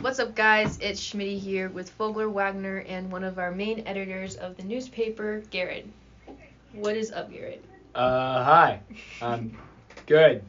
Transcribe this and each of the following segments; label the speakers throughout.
Speaker 1: What's up, guys? It's Schmitty here with Fogler Wagner and one of our main editors of the newspaper, Garrett. What is up, Garrett?
Speaker 2: Uh, hi. Um, good.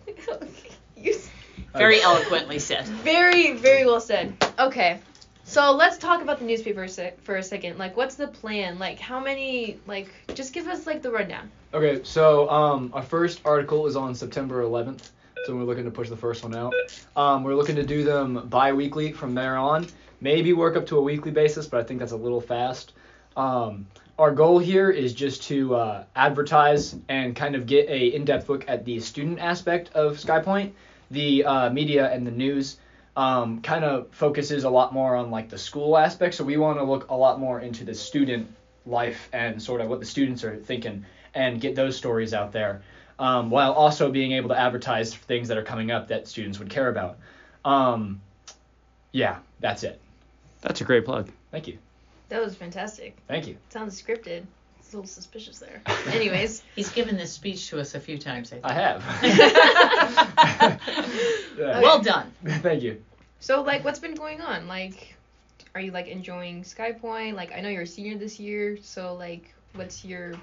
Speaker 1: You s-
Speaker 3: Very
Speaker 2: Okay.
Speaker 3: eloquently said.
Speaker 1: very, very well said. Okay, so let's talk about the newspaper se- for a second. Like, what's the plan? Like, how many? Like, just give us like the rundown.
Speaker 2: Okay, so um, our first article is on September 11th, so we're looking to push the first one out. Um, we're looking to do them bi-weekly from there on. Maybe work up to a weekly basis, but I think that's a little fast. Um, our goal here is just to uh, advertise and kind of get a in-depth look at the student aspect of SkyPoint, the uh, media and the news. Um, kind of focuses a lot more on like the school aspect, so we want to look a lot more into the student life and sort of what the students are thinking and get those stories out there um, while also being able to advertise things that are coming up that students would care about. Um, yeah, that's it.
Speaker 4: That's a great plug.
Speaker 2: Thank you.
Speaker 1: That was fantastic.
Speaker 2: Thank you.
Speaker 1: Sounds scripted. It's a little suspicious there. Anyways,
Speaker 3: He's given this speech to us a few times, I think.
Speaker 2: I have. Yeah.
Speaker 3: well done.
Speaker 2: Thank you.
Speaker 1: so like, what's been going on? Like, are you like enjoying SkyPoint? Like, I know you're a senior this year, so like, what's your,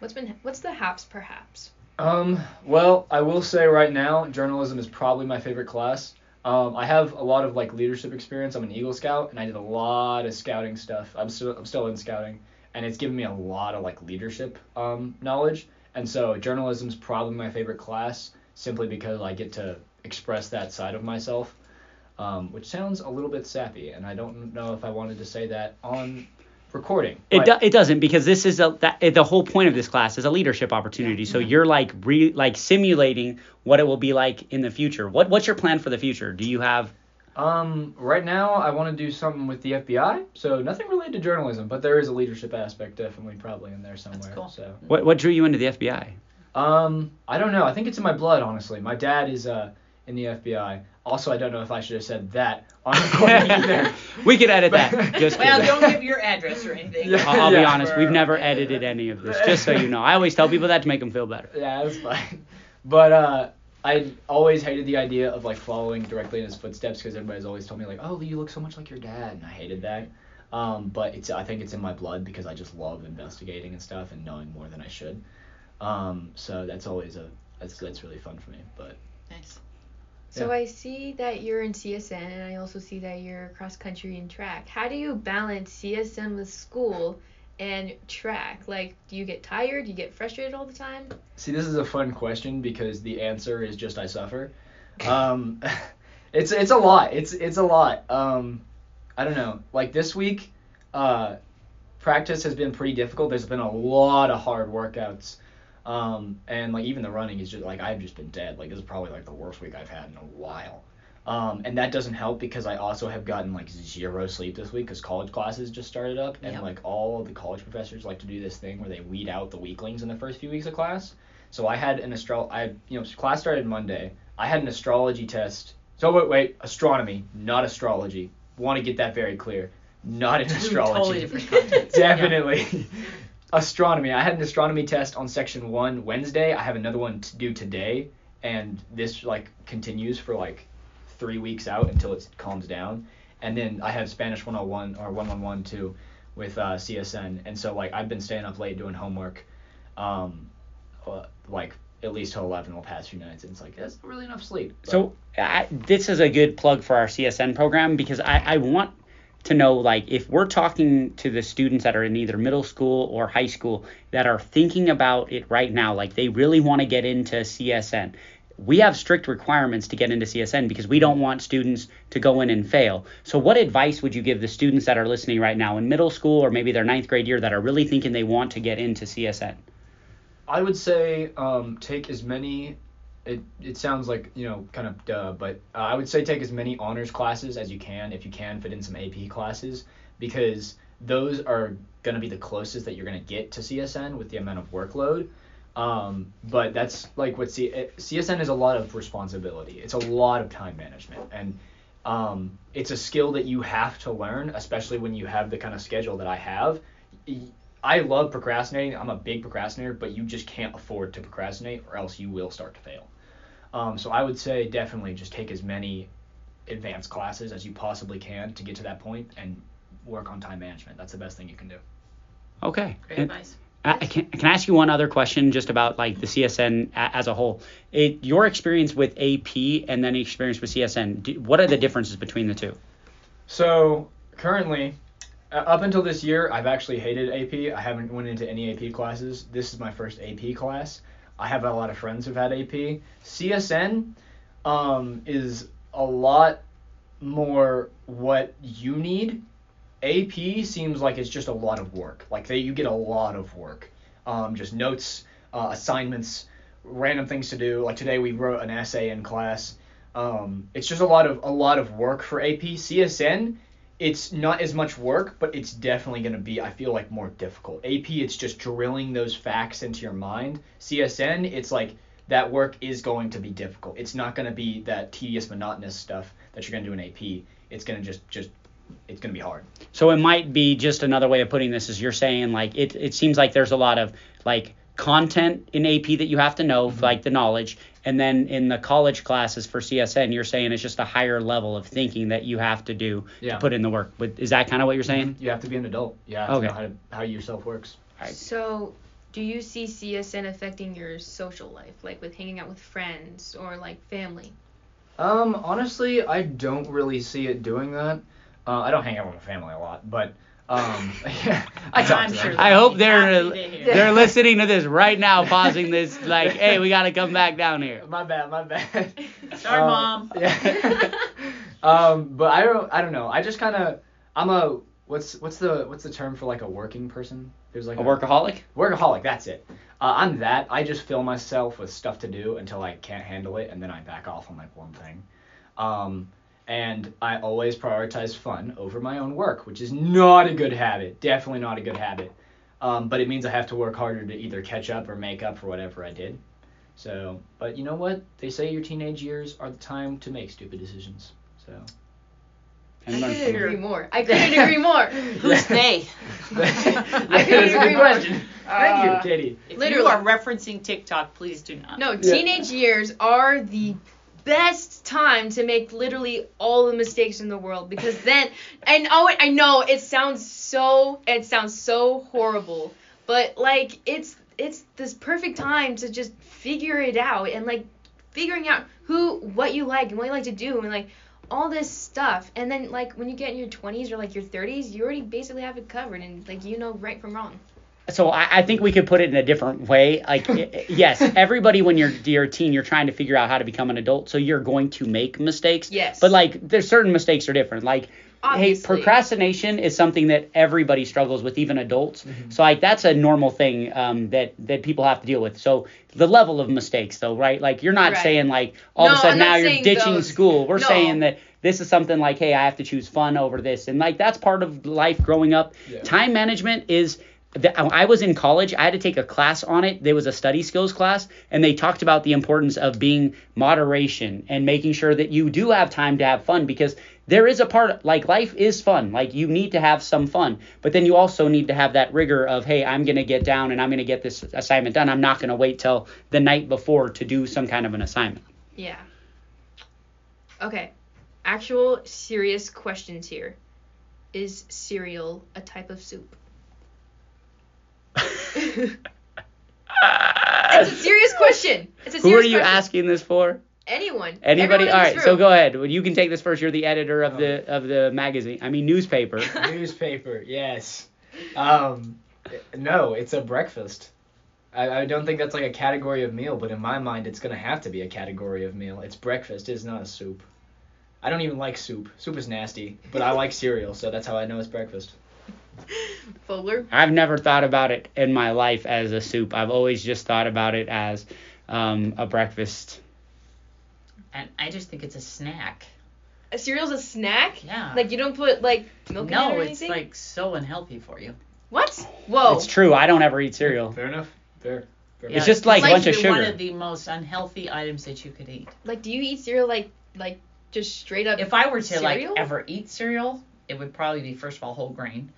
Speaker 1: what's been, what's the haps perhaps?
Speaker 2: Um, well, I will say right now, journalism is probably my favorite class. Um, I have a lot of like leadership experience. I'm an Eagle Scout, and I did a lot of scouting stuff. I'm still I'm still in scouting, and it's given me a lot of like leadership um, knowledge. And so journalism's probably my favorite class, simply because I get to express that side of myself, um, which sounds a little bit sappy, and I don't know if I wanted to say that on recording.
Speaker 4: It,
Speaker 2: but-
Speaker 4: do, it doesn't because this is a that, the whole point of this class is a leadership opportunity. So you're like re, like simulating what it will be like in the future. What what's your plan for the future? Do you have
Speaker 2: Um, right now I want to do something with the FBI, so nothing related to journalism, but there is a leadership aspect definitely probably in there somewhere.
Speaker 3: cool.
Speaker 2: So,
Speaker 4: what what drew you into the FBI?
Speaker 2: um, I don't know. I think it's in my blood, honestly. My dad is uh in the FBI. Also, I don't know if I should have said that on recording either.
Speaker 4: we could edit that. Just
Speaker 3: Well,
Speaker 4: kidding.
Speaker 3: don't give your address or anything.
Speaker 2: Yeah.
Speaker 4: I'll, I'll be
Speaker 2: Yeah.
Speaker 4: honest. We've never edited any of this, just so you know. I always tell people that to make them feel better.
Speaker 2: Yeah, that's fine. But uh, I always hated the idea of like following directly in his footsteps because everybody's always told me like, oh, you look so much like your dad, and I hated that. Um, but it's I think it's in my blood because I just love investigating and stuff and knowing more than I should. Um, so that's always a that's that's really fun for me. But
Speaker 3: Nice.
Speaker 1: So
Speaker 2: Yeah.
Speaker 1: I see that you're in CSN, and I also see that you're cross country and track. How do you balance CSN with school and track? Like, do you get tired? Do you get frustrated all the time?
Speaker 2: See, this is a fun question because the answer is just I suffer. Um, it's it's a lot. It's it's a lot. Um, I don't know. Like this week, uh, practice has been pretty difficult. There's been a lot of hard workouts, um, and like even the running is just like I've just been dead. Like this is probably like the worst week I've had in a while. Um, and that doesn't help because I also have gotten like zero sleep this week because college classes just started up and
Speaker 3: Yep.
Speaker 2: like all the college professors like to do this thing where they weed out the weaklings in the first few weeks of class. So I had an astro I you know class started Monday. I had an astrology test. So wait wait astronomy not astrology. Want to get that very clear. Not in
Speaker 3: Two
Speaker 2: astrology.
Speaker 3: Totally different contents.
Speaker 2: Definitely. astronomy. I had an astronomy test on section one Wednesday. I have another one to do today, and this like continues for like three weeks out until it calms down. And then I have Spanish 101 or 111 too with uh, CSN, and so like I've been staying up late doing homework, um, uh, like at least till 11 the past few nights, and it's like that's not really enough sleep. But-
Speaker 4: So I, this is a good plug for our CSN program because I, I want to know like if we're talking to the students that are in either middle school or high school that are thinking about it right now, like they really want to get into CSN. We have strict requirements to get into CSN because we don't want students to go in and fail. So, what advice would you give the students that are listening right now in middle school or maybe their ninth grade year that are really thinking they want to get into CSN?
Speaker 2: I would say um, take as many. It, it sounds like you know kind of duh, but uh, I would say take as many honors classes as you can if you can fit in some AP classes because those are gonna be the closest that you're gonna get to CSN with the amount of workload. Um, but that's like what C- it, CSN is a lot of responsibility. It's a lot of time management, and um, it's a skill that you have to learn, especially when you have the kind of schedule that I have. Y- I love procrastinating. I'm a big procrastinator, but you just can't afford to procrastinate, or else you will start to fail. Um, so I would say definitely just take as many advanced classes as you possibly can to get to that point and work on time management. That's the best thing you can do.
Speaker 4: Okay.
Speaker 3: Great
Speaker 4: And-
Speaker 3: advice.
Speaker 4: I I can, can I ask you one other question just about like the CSN a- as a whole? It, your experience with AP and then experience with CSN, do, what are the differences between the two?
Speaker 2: So currently, uh, up until this year, I've actually hated AP. I haven't went into any AP classes. This is my first AP class. I have a lot of friends who've had AP. CSN um, is a lot more what you need. AP seems like it's just a lot of work. Like they, you get a lot of work. Um, just notes, uh, assignments, random things to do. Like today we wrote an essay in class. Um, it's just a lot of a lot of work for AP. CSN, it's not as much work, but it's definitely going to be I feel like more difficult. AP, it's just drilling those facts into your mind. CSN, it's like that work is going to be difficult. It's not going to be that tedious, monotonous stuff that you're going to do in AP. It's going to just just it's going to be hard.
Speaker 4: So it might be just another way of putting this is you're saying like it, it seems like there's a lot of like content in AP that you have to know, like the knowledge, and then in the college classes for CSN, you're saying it's just a higher level of thinking that you have to do
Speaker 2: Yeah.
Speaker 4: to put in the work. With is that kind of what you're saying?
Speaker 2: You have to be an adult. Yeah.
Speaker 4: Okay.
Speaker 2: Know how, to, how yourself works.
Speaker 4: Right.
Speaker 1: So, do you see CSN affecting your social life, like with hanging out with friends or like family?
Speaker 2: Um, honestly, I don't really see it doing that. Uh, I don't hang out with my family a lot, but um, yeah, I talk
Speaker 3: I'm
Speaker 2: to
Speaker 3: sure
Speaker 2: them.
Speaker 4: I hope they're
Speaker 3: Happy to hear.
Speaker 4: they're listening to this right now, pausing this like, hey, we gotta come back down here.
Speaker 2: My bad, my bad.
Speaker 3: Sorry,
Speaker 2: Um,
Speaker 3: mom.
Speaker 2: Yeah. um, but I don't, I don't know. I just kind of, I'm a what's what's the what's the term for like a working person? There's
Speaker 4: A
Speaker 2: like
Speaker 4: workaholic?
Speaker 2: workaholic. That's it. Uh, I'm that. I just fill myself with stuff to do until I can't handle it, and then I back off on like one thing. Um, and I always prioritize fun over my own work, which is not a good habit. Definitely not a good habit. Um, but it means I have to work harder to either catch up or make up for whatever I did. So, but you know what? They say your teenage years are the time to make stupid decisions. So.
Speaker 4: And
Speaker 1: I
Speaker 4: learn
Speaker 1: couldn't
Speaker 4: from
Speaker 1: agree more. I couldn't agree more.
Speaker 3: Who's they?
Speaker 1: I
Speaker 2: That
Speaker 1: couldn't
Speaker 2: is a
Speaker 1: agree
Speaker 2: good
Speaker 1: more.
Speaker 2: question. Thank you,
Speaker 1: Uh,
Speaker 2: Katie.
Speaker 3: If
Speaker 1: Literally.
Speaker 3: you are referencing TikTok, please do not.
Speaker 1: No,
Speaker 2: Yeah.
Speaker 1: teenage years are the best time to make literally all the mistakes in the world because then and oh I know it sounds so it sounds so horrible, but like it's it's this perfect time to just figure it out and like figuring out who what you like and what you like to do and like all this stuff and then like when you get in your 20s or like your 30s you already basically have it covered and like you know right from wrong
Speaker 4: So I, I think we could put it in a different way. Like, i- i- yes, everybody when you're you're a teen, you're trying to figure out how to become an adult, so you're going to make mistakes.
Speaker 1: Yes.
Speaker 4: But like, there's certain mistakes are different. Like, hey,
Speaker 1: Obviously.
Speaker 4: procrastination is something that everybody struggles with, even adults. So like, that's a normal thing um, that that people have to deal with. So the level of mistakes, though, right? Like, you're not
Speaker 1: Right.
Speaker 4: saying like all of
Speaker 1: No,
Speaker 4: a
Speaker 1: I'm
Speaker 4: sudden
Speaker 1: not
Speaker 4: now you're
Speaker 1: saying
Speaker 4: ditching
Speaker 1: those.
Speaker 4: school. We're
Speaker 1: No.
Speaker 4: saying that this is something like, hey, I have to choose fun over this, and like that's part of life growing up.
Speaker 2: Yeah.
Speaker 4: Time management is. The, I was in college. I had to take a class on it. There was a study skills class, and they talked about the importance of being moderation and making sure that you do have time to have fun because there is a part like life is fun. Like you need to have some fun, but then you also need to have that rigor of hey, I'm gonna get down and I'm gonna get this assignment done. I'm not gonna wait till the night before to do some kind of an assignment.
Speaker 1: Yeah. Okay. Actual serious questions here. Is cereal a type of soup? That's a serious question. It's a serious
Speaker 4: Who are you
Speaker 1: question.
Speaker 4: asking this for?
Speaker 1: Anyone. Everyone in
Speaker 4: Anybody?
Speaker 1: this
Speaker 4: All right, so
Speaker 1: room.
Speaker 4: go ahead. Well, You can take this first. You're the editor of the of the magazine. I mean newspaper.
Speaker 2: Newspaper, yes. Um, no, it's a breakfast. I, I don't think that's like a category of meal, but in my mind, it's gonna have to be a category of meal. It's breakfast. It's not a soup. I don't even like soup. Soup is nasty, but I like cereal, so that's how I know it's breakfast.
Speaker 1: Fogler.
Speaker 4: I've never thought about it in my life as a soup. I've always just thought about it as um, a breakfast.
Speaker 3: And I just think it's a snack.
Speaker 1: A cereal's a snack?
Speaker 3: Yeah.
Speaker 1: Like you don't put like milk in it
Speaker 3: no,
Speaker 1: or
Speaker 3: it's
Speaker 1: anything?
Speaker 3: like so unhealthy for you.
Speaker 1: What? Whoa.
Speaker 4: It's true. I don't ever eat cereal.
Speaker 2: Fair enough. Fair. Fair.
Speaker 4: It's just like a bunch of
Speaker 3: the- One
Speaker 4: sugar.
Speaker 3: of the most unhealthy items that you could eat.
Speaker 1: Like do you eat cereal like like just straight up
Speaker 3: If I were to
Speaker 1: Cereal?
Speaker 3: like ever eat cereal, it would probably be first of all whole grain,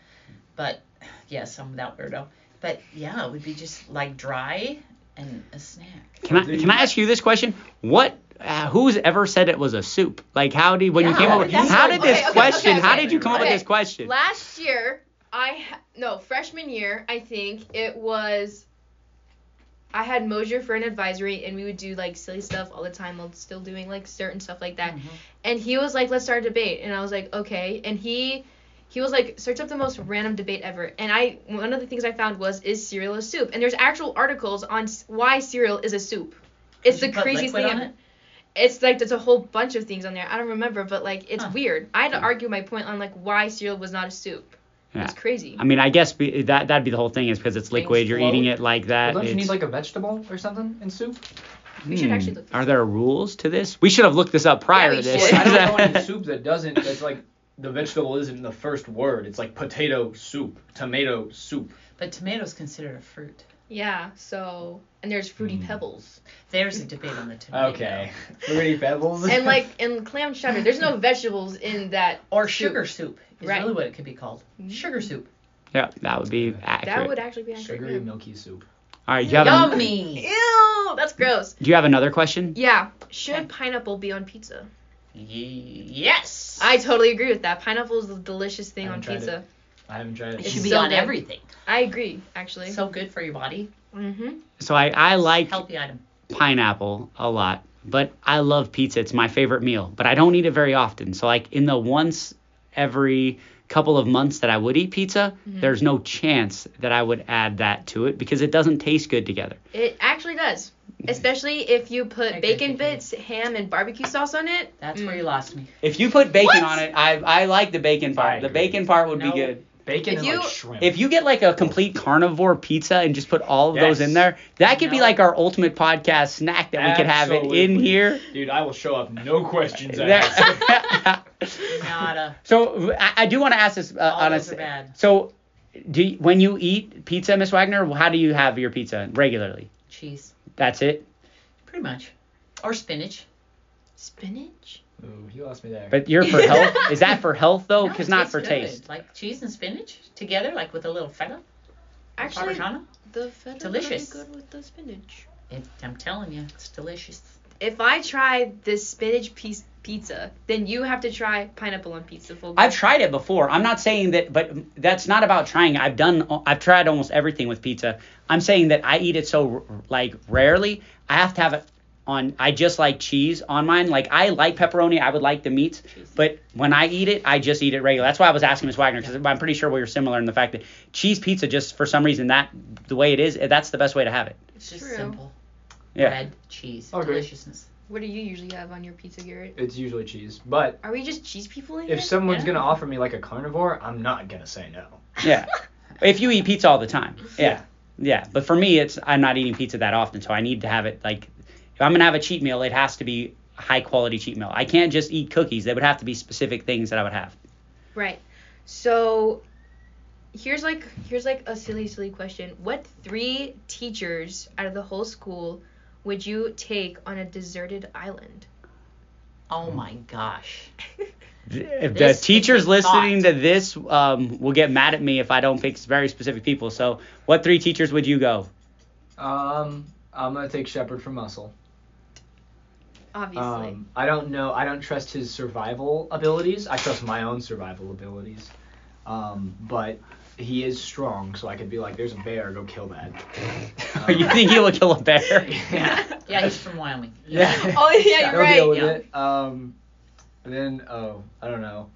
Speaker 3: but yes, I'm that weirdo. But yeah, it would be just like dry and a snack.
Speaker 4: Can I
Speaker 2: Do
Speaker 4: can I ask you this question? What uh, who's ever said it was a soup? Like, how do when you
Speaker 1: Yeah,
Speaker 4: came up with
Speaker 1: that's
Speaker 4: how
Speaker 1: what-
Speaker 4: did this
Speaker 1: okay, okay,
Speaker 4: question?
Speaker 1: okay,
Speaker 4: how
Speaker 1: okay.
Speaker 4: did you come up with
Speaker 1: Okay.
Speaker 4: this question?
Speaker 1: Last year, I ha- no freshman year, I think it was. I had Mosier for an advisory, and we would do like silly stuff all the time while still doing like certain stuff like
Speaker 3: Mm-hmm.
Speaker 1: that. And he was like, "Let's start a debate," and I was like, "Okay." And he, he was like, "Search up the most random debate ever." And I, one of the things I found was, "Is cereal a soup?" And there's actual articles on s- why cereal is a soup. It's
Speaker 3: Did
Speaker 1: the
Speaker 3: you put
Speaker 1: craziest
Speaker 3: liquid
Speaker 1: thing.
Speaker 3: on
Speaker 1: ever.
Speaker 3: it?
Speaker 1: it's like there's a whole bunch of things on there. I don't remember, but like it's
Speaker 3: Huh.
Speaker 1: weird. I had to argue my point on like why cereal was not a soup. It's crazy.
Speaker 4: I mean, I guess be, that that'd be the whole thing is because it's
Speaker 3: Things
Speaker 4: liquid. You're eating
Speaker 3: float.
Speaker 4: it like
Speaker 2: Well,
Speaker 4: that.
Speaker 2: don't you need
Speaker 4: it's-
Speaker 2: like a vegetable or something in soup?
Speaker 1: We should
Speaker 4: hmm,
Speaker 1: actually look this
Speaker 4: Are there rules to this? We should have looked this up prior
Speaker 1: we
Speaker 4: to
Speaker 1: should.
Speaker 4: this.
Speaker 1: Well,
Speaker 2: I don't know any soup that doesn't. That's like the vegetable isn't the first word. It's like potato soup, tomato soup.
Speaker 3: But tomatoes considered a fruit.
Speaker 1: Yeah. So and there's fruity pebbles
Speaker 3: There's a debate on the tomato.
Speaker 2: Okay, fruity pebbles.
Speaker 1: and like and clam chowder. There's no vegetables in that.
Speaker 3: Or sugar soup is
Speaker 1: Right. Mm-hmm.
Speaker 3: really what it could be called. Sugar soup.
Speaker 4: yeah, that would be accurate.
Speaker 1: That would actually be accurate.
Speaker 2: sugary
Speaker 1: yeah.
Speaker 2: milky soup.
Speaker 4: All right, you have an-
Speaker 3: Yummy.
Speaker 1: Ew, that's gross.
Speaker 4: do you have another question?
Speaker 1: Yeah. Should pineapple be on pizza?
Speaker 3: Ye- yes.
Speaker 1: I totally agree with that. Pineapple is the delicious thing
Speaker 2: I
Speaker 1: on
Speaker 2: haven't tried
Speaker 1: pizza.
Speaker 2: I haven't tried it.
Speaker 3: it should be
Speaker 1: so
Speaker 3: on
Speaker 1: good.
Speaker 3: everything.
Speaker 1: I agree, actually.
Speaker 3: So good for your body.
Speaker 1: mm-hmm.
Speaker 4: So I I like
Speaker 3: Healthy item.
Speaker 4: pineapple a lot, but I love pizza. It's my favorite meal, but I don't eat it very often. So like in the once every couple of months that I would eat pizza, there's no chance that I would add that to it because it doesn't taste good together.
Speaker 1: It actually does. Especially if you put
Speaker 3: I
Speaker 1: bacon
Speaker 3: agree with you.
Speaker 1: bits, ham, and barbecue sauce on it.
Speaker 3: That's
Speaker 1: Mm.
Speaker 3: where you lost me.
Speaker 4: If you put bacon
Speaker 1: What?
Speaker 4: on it, I I like the bacon
Speaker 2: I
Speaker 4: part. The
Speaker 2: agree.
Speaker 4: bacon part would
Speaker 3: No.
Speaker 4: be good.
Speaker 2: Bacon
Speaker 1: If
Speaker 2: and
Speaker 1: you-
Speaker 2: like shrimp.
Speaker 4: If you get like a complete carnivore pizza and just put all of those
Speaker 2: Yes.
Speaker 4: in there, that could be
Speaker 3: No.
Speaker 4: like our ultimate podcast snack that we could have it in
Speaker 2: Absolutely.
Speaker 4: here.
Speaker 2: Dude, I will show up no questions asked.
Speaker 4: That-
Speaker 3: Not a.
Speaker 4: So I, I do want to ask this uh,
Speaker 3: All
Speaker 4: on a
Speaker 3: those
Speaker 4: s-
Speaker 3: are bad.
Speaker 4: So, do you, when you eat pizza, Miss Wagner, how do you have your pizza regularly?
Speaker 3: Cheese.
Speaker 4: That's it.
Speaker 3: Pretty much. Or spinach.
Speaker 1: Spinach?
Speaker 2: Ooh, you lost me there.
Speaker 4: But you're for health. Is that for health though?
Speaker 3: No,
Speaker 4: Because
Speaker 3: it
Speaker 4: Oh, not
Speaker 3: tastes
Speaker 4: for
Speaker 3: good.
Speaker 4: taste.
Speaker 3: Like cheese and spinach together, like with a little feta. or
Speaker 1: Actually,
Speaker 3: Parmigiano.
Speaker 1: the feta is
Speaker 3: Delicious.
Speaker 1: good with the spinach.
Speaker 3: It, I'm telling you, it's delicious.
Speaker 1: If I try this spinach piece pizza, then you have to try pineapple on pizza. Full
Speaker 4: I've tried it before. I'm not saying that, but that's not about trying. I've done, I've tried almost everything with pizza. I'm saying that I eat it so like rarely. I have to have it on. I just like cheese on mine. Like I like pepperoni. I would like the meats, but when I eat it, I just eat it regular. That's why I was asking Miss Wagner because I'm pretty sure we were similar in the fact that cheese pizza just for some reason that the way it is, that's the best way to have it.
Speaker 3: It's just
Speaker 1: True.
Speaker 3: simple.
Speaker 4: Yeah.
Speaker 3: Bread, cheese,
Speaker 2: Okay.
Speaker 3: deliciousness.
Speaker 1: What do you usually have on your pizza, Garrett?
Speaker 2: it's usually cheese. But
Speaker 1: Are we just cheese people in
Speaker 2: if
Speaker 1: here?
Speaker 2: someone's
Speaker 3: Yeah.
Speaker 2: gonna offer me like a carnivore, I'm not gonna say no.
Speaker 4: Yeah. if you eat pizza all the time.
Speaker 2: Yeah.
Speaker 4: Yeah. Yeah. But for me, it's I'm not eating pizza that often, so I need to have it like if I'm gonna have a cheat meal, it has to be high quality cheat meal. I can't just eat cookies. They would have to be specific things that I would have.
Speaker 1: Right. So here's like here's like a silly silly question. What three teachers out of the whole school would you take on a deserted island?
Speaker 3: Oh my gosh.
Speaker 4: If the
Speaker 3: This
Speaker 4: teachers
Speaker 3: is a thought.
Speaker 4: listening to this um, will get mad at me if I don't pick very specific people. So, what three teachers would you go?
Speaker 2: Um, I'm gonna take Shepard for muscle.
Speaker 1: Obviously.
Speaker 2: Um, I don't know. I don't trust his survival abilities. I trust my own survival abilities. Um, but he is strong, so I could be like, "There's a bear, go kill that." Um,
Speaker 4: you think you will kill a bear?
Speaker 2: yeah.
Speaker 3: Yeah, he's from Wyoming.
Speaker 2: Yeah.
Speaker 1: oh yeah, you're
Speaker 2: Go deal
Speaker 1: right.
Speaker 2: with
Speaker 3: yeah.
Speaker 2: it. Um, and then oh, I don't know.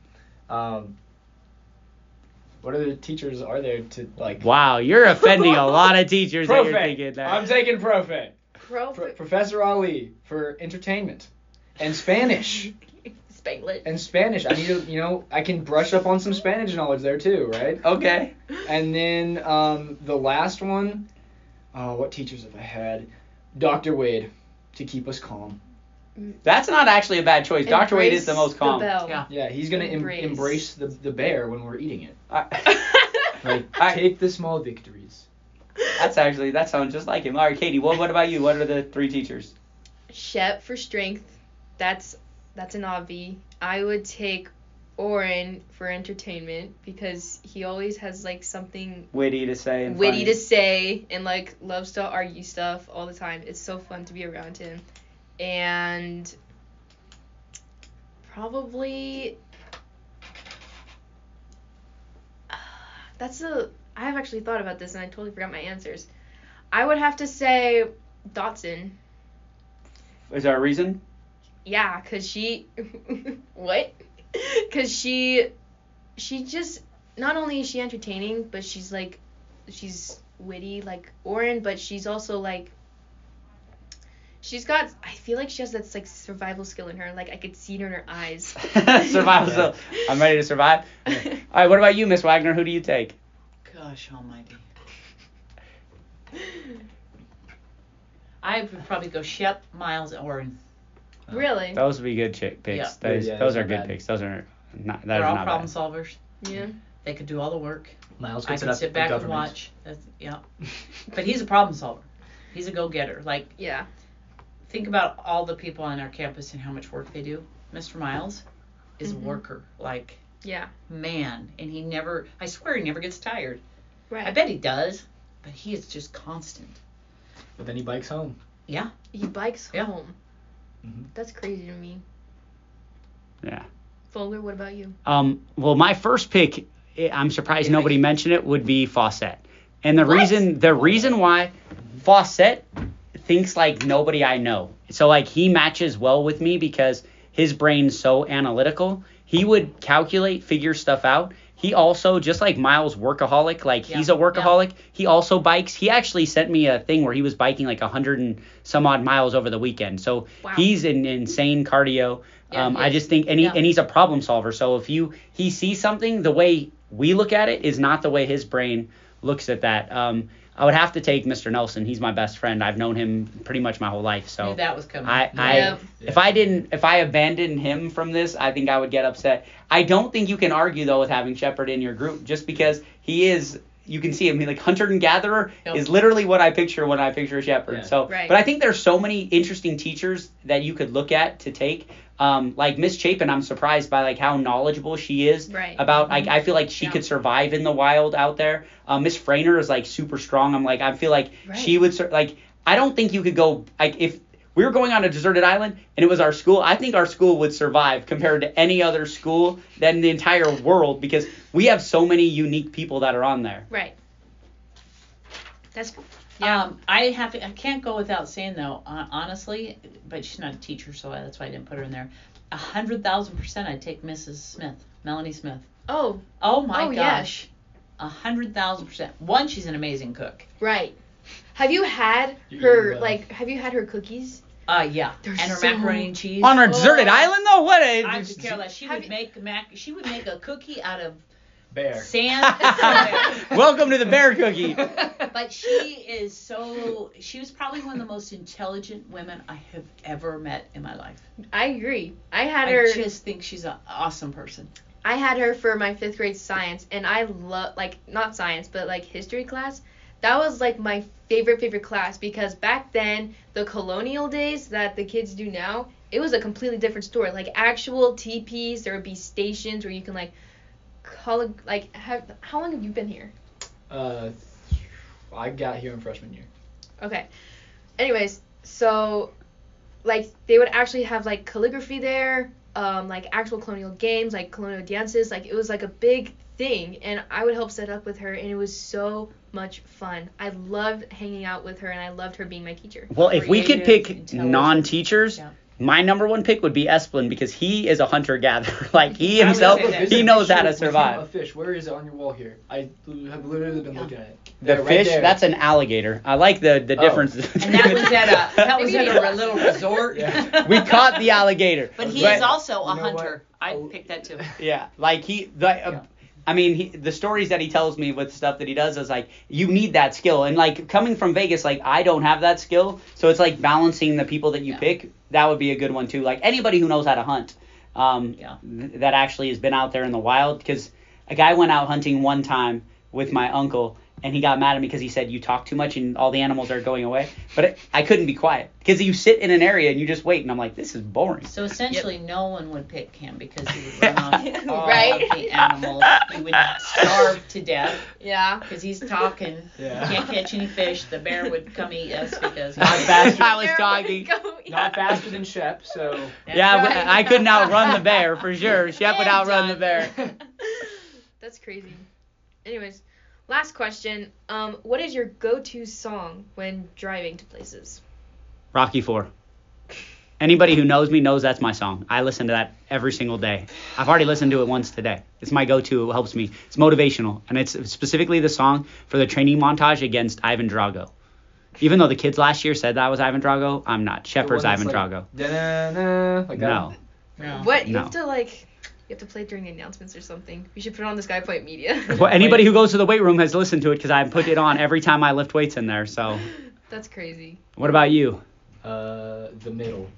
Speaker 2: Um, what other teachers are there to like?
Speaker 4: Wow, you're offending a lot of teachers that you're thinking
Speaker 2: Profet.
Speaker 4: that.
Speaker 2: I'm taking Profet.
Speaker 1: Pro-
Speaker 2: Pro- Professor Ali for entertainment and Spanish.
Speaker 1: Spanglish.
Speaker 2: And Spanish, I need to, you know, I can brush up on some Spanish knowledge there too, right?
Speaker 4: okay.
Speaker 2: And then um, the last one, uh, what teachers have I had? Dr. Wade to keep us calm.
Speaker 4: That's not actually a bad choice. Dr. Wade is the
Speaker 1: Embrace
Speaker 4: most calm.
Speaker 1: bell.
Speaker 3: Yeah.
Speaker 2: Yeah, he's gonna em-
Speaker 1: Embrace.
Speaker 2: embrace, the, the bear when we're eating it.
Speaker 4: I-
Speaker 2: Like,
Speaker 4: I-
Speaker 2: take the small victories.
Speaker 4: That's actually that sounds just like him. All right, Katie, what what about you? What are the three teachers?
Speaker 1: Shep for strength. That's that's an obvi. I would take Oren for entertainment because he always has like something
Speaker 4: Witty to say. And
Speaker 1: witty
Speaker 4: funny.
Speaker 1: to say and like loves to argue stuff all the time. It's so fun to be around him. and probably that's a I have actually thought about this and I totally forgot my answers. I would have to say Dotson.
Speaker 4: Is there a reason?
Speaker 1: Yeah, cause she what? Cause she she just not only is she entertaining, but she's like she's witty like Oren, but she's also like she's got I feel like she has that like survival skill in her. Like I could see it in her eyes.
Speaker 4: survive. So I'm ready to survive. All right. What about you, Miss Wagner? Who do you take?
Speaker 3: Gosh almighty. I would probably go Shep, Miles, Oren.
Speaker 1: really?
Speaker 4: Those would be good chick picks.
Speaker 3: Yeah.
Speaker 4: Those,
Speaker 2: Yeah,
Speaker 4: those
Speaker 2: those
Speaker 4: are
Speaker 2: are
Speaker 4: good
Speaker 2: bad.
Speaker 4: picks. Those are not. That
Speaker 3: They're
Speaker 4: is
Speaker 3: all
Speaker 4: not
Speaker 3: problem
Speaker 4: bad.
Speaker 3: solvers.
Speaker 1: yeah.
Speaker 3: They could do all the work.
Speaker 2: Miles
Speaker 3: I
Speaker 2: gets it
Speaker 3: can
Speaker 2: up
Speaker 3: sit
Speaker 2: the
Speaker 3: back and
Speaker 2: government.
Speaker 3: watch. That's yeah. But he's a problem solver. He's a go getter. Like
Speaker 1: Yeah.
Speaker 3: think about all the people on our campus and how much work they do. Mr. Miles is
Speaker 1: Mhm.
Speaker 3: a worker. Like
Speaker 1: Yeah.
Speaker 3: man, and he never. I swear he never gets tired.
Speaker 1: Right.
Speaker 3: I bet he does, but he is just constant.
Speaker 2: But then he bikes home.
Speaker 3: Yeah.
Speaker 1: he bikes
Speaker 3: Yeah.
Speaker 1: home.
Speaker 4: Mm-hmm.
Speaker 2: Mhm.
Speaker 1: That's crazy to me.
Speaker 4: Yeah.
Speaker 1: Folger, what about you?
Speaker 4: Um, well, my first pick, eh, I'm surprised
Speaker 3: Yeah.
Speaker 4: nobody mentioned it, would be Fawcett. And the
Speaker 1: What?
Speaker 4: reason the reason why Fawcett thinks like nobody I know. So like he matches well with me because his brain's so analytical. He would calculate, figure stuff out. He also just like Miles workaholic, like
Speaker 3: Yeah.
Speaker 4: he's a workaholic. He also bikes. He actually sent me a thing where he was biking like 100 and some odd miles over the weekend. So
Speaker 1: Wow.
Speaker 4: he's an insane cardio.
Speaker 3: Yeah,
Speaker 4: um,
Speaker 3: he
Speaker 4: I
Speaker 3: is.
Speaker 4: just think and he,
Speaker 3: Yeah.
Speaker 4: and he's a problem solver. So if you he sees something, the way we look at it is not the way his brain looks at that. Um, I would have to take Mr. Nelson. He's my best friend. I've known him pretty much my whole life. So
Speaker 3: Knew that was coming.
Speaker 4: Oh. I, I
Speaker 1: Yeah.
Speaker 4: if I didn't if I abandoned him from this, I think I would get upset. I don't think you can argue though with having Shepard in your group just because he is you can see him he, like hunter and gatherer
Speaker 3: Yep.
Speaker 4: is literally what I picture when I picture Shepard.
Speaker 2: Yeah.
Speaker 4: So
Speaker 1: Right.
Speaker 4: but I think there's so many interesting teachers that you could look at to take. Um, like Miss Chapin, I'm surprised by like how knowledgeable she is
Speaker 1: Right.
Speaker 4: about like
Speaker 3: Mm-hmm.
Speaker 4: I feel like she
Speaker 1: Yeah.
Speaker 4: could survive in the wild out there. Um, Miss Frainer is like super strong. I'm like I feel like
Speaker 1: Right.
Speaker 4: she would sur- like I don't think you could go like if we were going on a deserted island and it was our school. I think our school would survive compared to any other school than the entire world because we have so many unique people that are on there.
Speaker 1: Right. That's
Speaker 3: Um, I have to, I can't go without saying though, hon- honestly, but she's not a teacher, so I, that's why I didn't put her in there. A hundred thousand percent, I'd take Mrs. Smith, Melanie Smith.
Speaker 1: oh
Speaker 3: Oh my
Speaker 1: Oh, yeah.
Speaker 3: gosh, a hundred thousand percent. One, she's an amazing cook.
Speaker 1: right. Have you had
Speaker 2: You
Speaker 1: her
Speaker 2: eat well.
Speaker 1: like? Have you had her cookies?
Speaker 3: Uh, yeah,
Speaker 1: They're
Speaker 3: and her
Speaker 1: so-
Speaker 3: macaroni and cheese.
Speaker 4: On a
Speaker 1: Oh.
Speaker 4: deserted island though, what a
Speaker 3: I could care less. She
Speaker 1: Have
Speaker 3: would
Speaker 1: you-
Speaker 3: make mac. She would make a cookie out of
Speaker 2: Bear.
Speaker 3: sand.
Speaker 4: Welcome to the bear cookie.
Speaker 3: but she is so. She was probably one of the most intelligent women I have ever met in my life.
Speaker 1: I agree. I had
Speaker 3: I
Speaker 1: her.
Speaker 3: just think she's an awesome person.
Speaker 1: I had her for my fifth grade science, and I love like not science, but like history class. That was like my favorite favorite class because back then the colonial days that the kids do now, it was a completely different story. Like actual teepees, there would be stations where you can like call like have, how long have you been here?
Speaker 2: Uh, I got here in freshman year.
Speaker 1: Okay. Anyways, so like they would actually have like calligraphy there, um, like actual colonial games, like colonial dances, like it was like a big thing and I would help set up with her and it was so much fun. I loved hanging out with her and I loved her being my teacher.
Speaker 4: Well, if we could
Speaker 3: Creative,
Speaker 4: pick
Speaker 3: intelligent.
Speaker 4: non-teachers,
Speaker 3: Yeah.
Speaker 4: my number one pick would be Esplin because he is a hunter-gatherer. like he
Speaker 3: I would
Speaker 4: himself,
Speaker 3: say that.
Speaker 4: he knows how to survive.
Speaker 2: A fish. Where is it on your wall here? I l- have literally been looking at it.
Speaker 4: The
Speaker 2: There, right
Speaker 4: fish,
Speaker 2: there.
Speaker 4: that's an alligator. I like the the
Speaker 2: Oh.
Speaker 4: difference.
Speaker 3: And that was at a that was at
Speaker 1: Maybe
Speaker 3: a little resort.
Speaker 2: Yeah.
Speaker 4: we caught the alligator.
Speaker 3: But he
Speaker 4: But-
Speaker 3: is also a
Speaker 2: You know
Speaker 3: hunter.
Speaker 2: what?
Speaker 3: I
Speaker 2: Oh.
Speaker 3: picked that too.
Speaker 4: Yeah, like he the. uh,
Speaker 3: Yeah.
Speaker 4: I mean, he, the stories that he tells me with stuff that he does is like you need that skill, and like coming from Vegas, like I don't have that skill, so it's like balancing the people that you
Speaker 3: Yeah.
Speaker 4: pick. That would be a good one too. Like anybody who knows how to hunt, um,
Speaker 3: Yeah.
Speaker 4: th- that actually has been out there in the wild. Because a guy went out hunting one time with my uncle, and he got mad at me because he said you talk too much and all the animals are going away. But it, I couldn't be quiet because you sit in an area and you just wait, and I'm like, this is boring.
Speaker 3: So essentially, no one would pick him because he would run off all
Speaker 1: Right?
Speaker 3: of the animals. He would starve to death
Speaker 1: Yeah.
Speaker 3: because he's talking.
Speaker 2: Yeah.
Speaker 3: Can't catch any fish. The bear would come eat us because
Speaker 2: Not faster.
Speaker 4: I was
Speaker 1: There we
Speaker 4: doggy.
Speaker 1: go.
Speaker 2: Not faster than Shep, so.
Speaker 4: yeah,
Speaker 1: right.
Speaker 4: I I couldn't outrun the bear for sure. Shep would
Speaker 3: And done.
Speaker 4: outrun the bear.
Speaker 1: That's crazy. Anyways, last question. Um, what is your go-to song when driving to places?
Speaker 4: Rocky Four. Anybody who knows me knows that's my song. I listen to that every single day. I've already listened to it once today. It's my go-to. It helps me. It's motivational, and it's specifically the song for the training montage against Ivan Drago. Even though the kids last year said that I was Ivan Drago, I'm not. Shepard's
Speaker 2: The one
Speaker 4: Ivan
Speaker 2: that's
Speaker 4: Drago.
Speaker 2: Like, da-na-na, like that.
Speaker 4: No.
Speaker 3: No.
Speaker 1: What you
Speaker 4: No.
Speaker 1: have to like. You have to play it during the announcements or something. We should put it on the SkyPoint Media.
Speaker 4: Well, anybody who goes to the weight room has listened to it because I put it on every time I lift weights in there. So,
Speaker 1: That's crazy.
Speaker 4: what about you?
Speaker 2: Uh, the middle.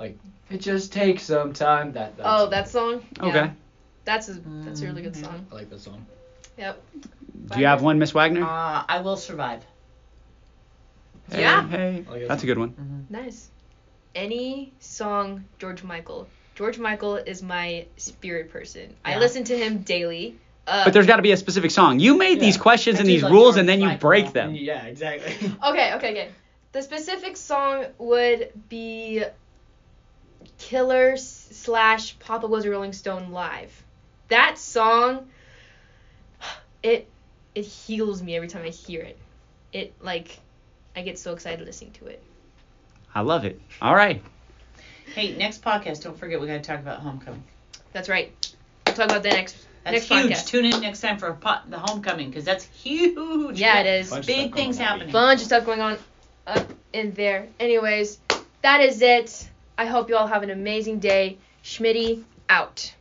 Speaker 2: Like, it just takes some time. That, that's
Speaker 1: oh, that song. Yeah.
Speaker 4: Okay. Mm-hmm.
Speaker 1: That's a that's a really good song.
Speaker 2: I like that song.
Speaker 1: Yep.
Speaker 4: Do you have one, Miss Wagner?
Speaker 3: Uh, I will survive.
Speaker 1: Yeah.
Speaker 4: Hey,
Speaker 2: I
Speaker 4: hey.
Speaker 2: guess-
Speaker 4: That's a good one.
Speaker 3: Mm-hmm.
Speaker 1: Nice. Any song George Michael. George Michael is my spirit person. I
Speaker 3: Yeah.
Speaker 1: listen to him daily. Uh,
Speaker 4: But there's got to be a specific song. You made these
Speaker 3: Yeah.
Speaker 4: questions
Speaker 3: I
Speaker 4: and
Speaker 3: do
Speaker 4: these
Speaker 3: like
Speaker 4: rules,
Speaker 3: George
Speaker 4: and then you
Speaker 3: Michael.
Speaker 4: break them.
Speaker 2: Yeah, exactly.
Speaker 1: Okay, okay, okay. The specific song would be Killer s- slash Papa Was a Rolling Stone live. That song, it it heals me every time I hear it. It like I get so excited listening to it.
Speaker 4: I love it. All right.
Speaker 3: Hey, next podcast, don't forget we got to talk about homecoming.
Speaker 1: That's right. We'll talk about that next next
Speaker 3: That's huge.
Speaker 1: podcast.
Speaker 3: Tune in next time for a pot, the homecoming because that's huge.
Speaker 1: Yeah, it is.
Speaker 2: Bunch of stuff
Speaker 3: Big
Speaker 2: going
Speaker 3: things
Speaker 2: on.
Speaker 3: happening.
Speaker 1: bunch of stuff going on up in there. Anyways, that is it. I hope you all have an amazing day. Schmitty out.